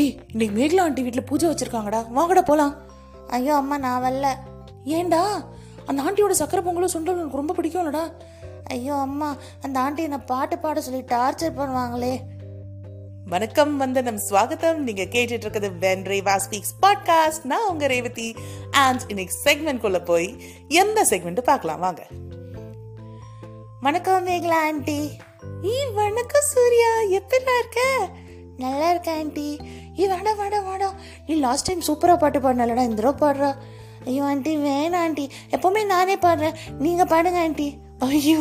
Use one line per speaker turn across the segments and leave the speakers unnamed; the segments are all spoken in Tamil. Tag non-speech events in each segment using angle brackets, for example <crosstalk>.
ஏய் இன்னைக்கு மேகலா ஆண்டி வீட்டில் பூஜை வச்சிருக்காங்கடா வாங்கடா போலாம்
ஐயோ அம்மா நான் வரல
ஏன்டா அந்த ஆண்டியோட சக்கரை பொங்கலும் சுண்டலும் எனக்கு ரொம்ப பிடிக்கும்லடா
ஐயோ அம்மா அந்த ஆண்டி என்னை பாட்டு பாட சொல்லி டார்ச்சர் பண்ணுவாங்களே
வணக்கம் வந்தனம் ஸ்வாகத்தம் நீங்க கேட்டுட்டு இருக்கிறது வென் ரேவா ஸ்பீக்ஸ் பாட்காஸ்ட் நான் உங்க ரேவதி அண்ட் இன்னைக்கு செக்மெண்ட் குள்ள போய் எந்த செக்மெண்ட் பார்க்கலாம் வாங்க
வணக்கம் மேகலா ஆண்டி
ஈ வணக்கம் சூர்யா எப்படிடா இருக்க
நல்லா இருக்கேன் ஆண்டி ஏ வேடா வேடா வேடா நீ லாஸ்ட் டைம் சூப்பராக பாட்டு பாடினாலடா இந்த தடவை பாடுறா ஐயோ ஆண்டி வேணாம் ஆண்டி எப்போவுமே நானே பாடுறேன் நீங்கள் பாடுங்க ஆண்டி
ஐயோ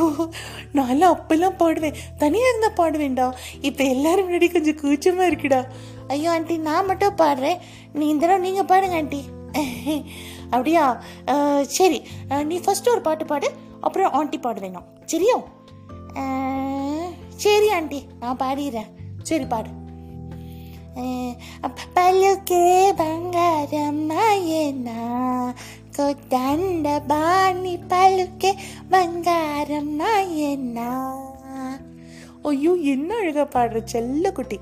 நான்லாம் அப்பெல்லாம் பாடுவேன் தனியா இருந்தா பாடுவேன்டா இப்ப எல்லாரும் முன்னாடி கொஞ்சம் கூச்சமா இருக்குடா
ஐயோ ஆண்டி நான் மட்டும் பாடுறேன் நீ இந்த தடவை நீங்கள் பாடுங்க ஆண்டி <laughs>
அப்படியா அஹ், சரி அஹ், நீ ஃபர்ஸ்ட் ஒரு பாட்டு பாடு அப்புறம் ஆண்டி பாடு வேணும் சரியா
அஹ், சரி ஆண்டி நான் பாடிடுறேன்
சரி பாடு
പലുക്കേ ബംഗാരമായേനാ കൊത്തണ്ട ബാണി പലുക്കേ ബംഗാരമായേനാ
ஐயோ என்ன அழகா பாடுற செல்ல குட்டி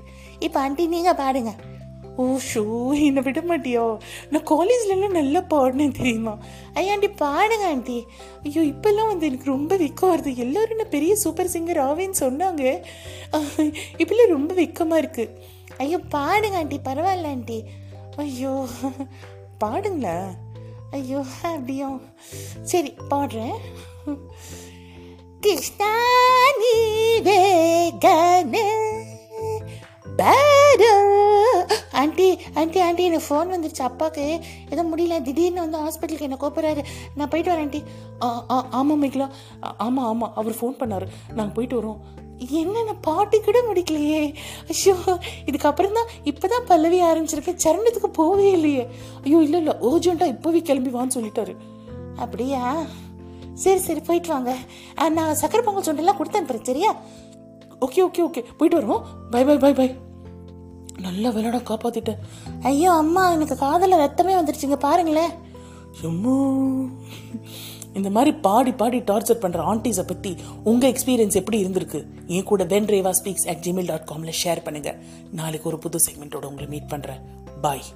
ഇപ്പൊ ആണ്ടി നീങ്ങ പാടുങ്ങ
ஓ ஷோ என்னை விட மாட்டியோ நான் காலேஜ்ல எல்லாம் நல்லா பாடினேன் தெரியுமா ஐயா ஆண்டி பாடுங்க ஆண்டி ஐயோ இப்பெல்லாம் வந்து எனக்கு ரொம்ப வெக்கம் வருது எல்லாரும் என்ன பெரிய சூப்பர் சிங்கர் ஆவேன்னு சொன்னாங்க அஹ், இப்பெல்லாம் ரொம்ப வெக்கமா இருக்கு
അയ്യോ പാടുങ്ങ ആണ്ടി പരവായില്ല ആണ്ടി
ஐயோ பாடுங்களேன்
അയ്യോ അടിയോ ശരി പാടുറേ കൃഷ്ണാനി വേഗനെ ബാഡ് ആൻറ്റി ആൻറ്റി ആൻറ്റി എൻ്റെ ഫോൺ வந்துருச்சு அப்பாக்கு ஏதோ முடியல திடீர்னு வந்து ஹாஸ்பிட்டலுக்கு என்ன கூப்பிட்றாரு நான் போயிட்டு வரேன் ஆண்டி
ஆ ஆ ஆமாம் மேகலா ஆ- ஆமாம் ஆமாம் அவர் ஃபோன் பண்ணார் நாங்கள் போயிட்டு வரோம் என்னென்ன பாட்டு கூட முடிக்கலையே ஐயோ இதுக்கப்புறம் தான் இப்போ தான் பல்லவி ஆரம்பிச்சிருக்கேன் சரணத்துக்கு போவே இல்லையே ஐயோ இல்லை இல்லை urgent-ஆ இப்போவே கிளம்பி வான்னு சொல்லிட்டாரு
அப்படியா சரி சரி போயிட்டு வாங்க ஆ, நான் சக்கரை பொங்கல் சுண்டெல்லாம் கொடுத்து அனுப்புறேன் சரியா
ஓகே ஓகே ஓகே போயிட்டு வரோம் பை பை பை பை நல்லா விளையாட காப்பாற்றிட்டேன்
ஐயோ அம்மா எனக்கு காதில் ரத்தமே வந்துருச்சுங்க பாருங்களேன்
எம்மோ இந்த மாதிரி பாடி பாடி டார்ச்சர் பண்ணுற ஆண்டிஸை பற்றி உங்கள் எக்ஸ்பீரியன்ஸ் எப்படி இருந்திருக்கு என் கூட when Reva speaks at Gmail dot காமில் ஷேர் பண்ணுங்கள் நாளைக்கு ஒரு புது செக்மெண்ட்டோட உங்களை மீட் பண்ணுறேன் பாய்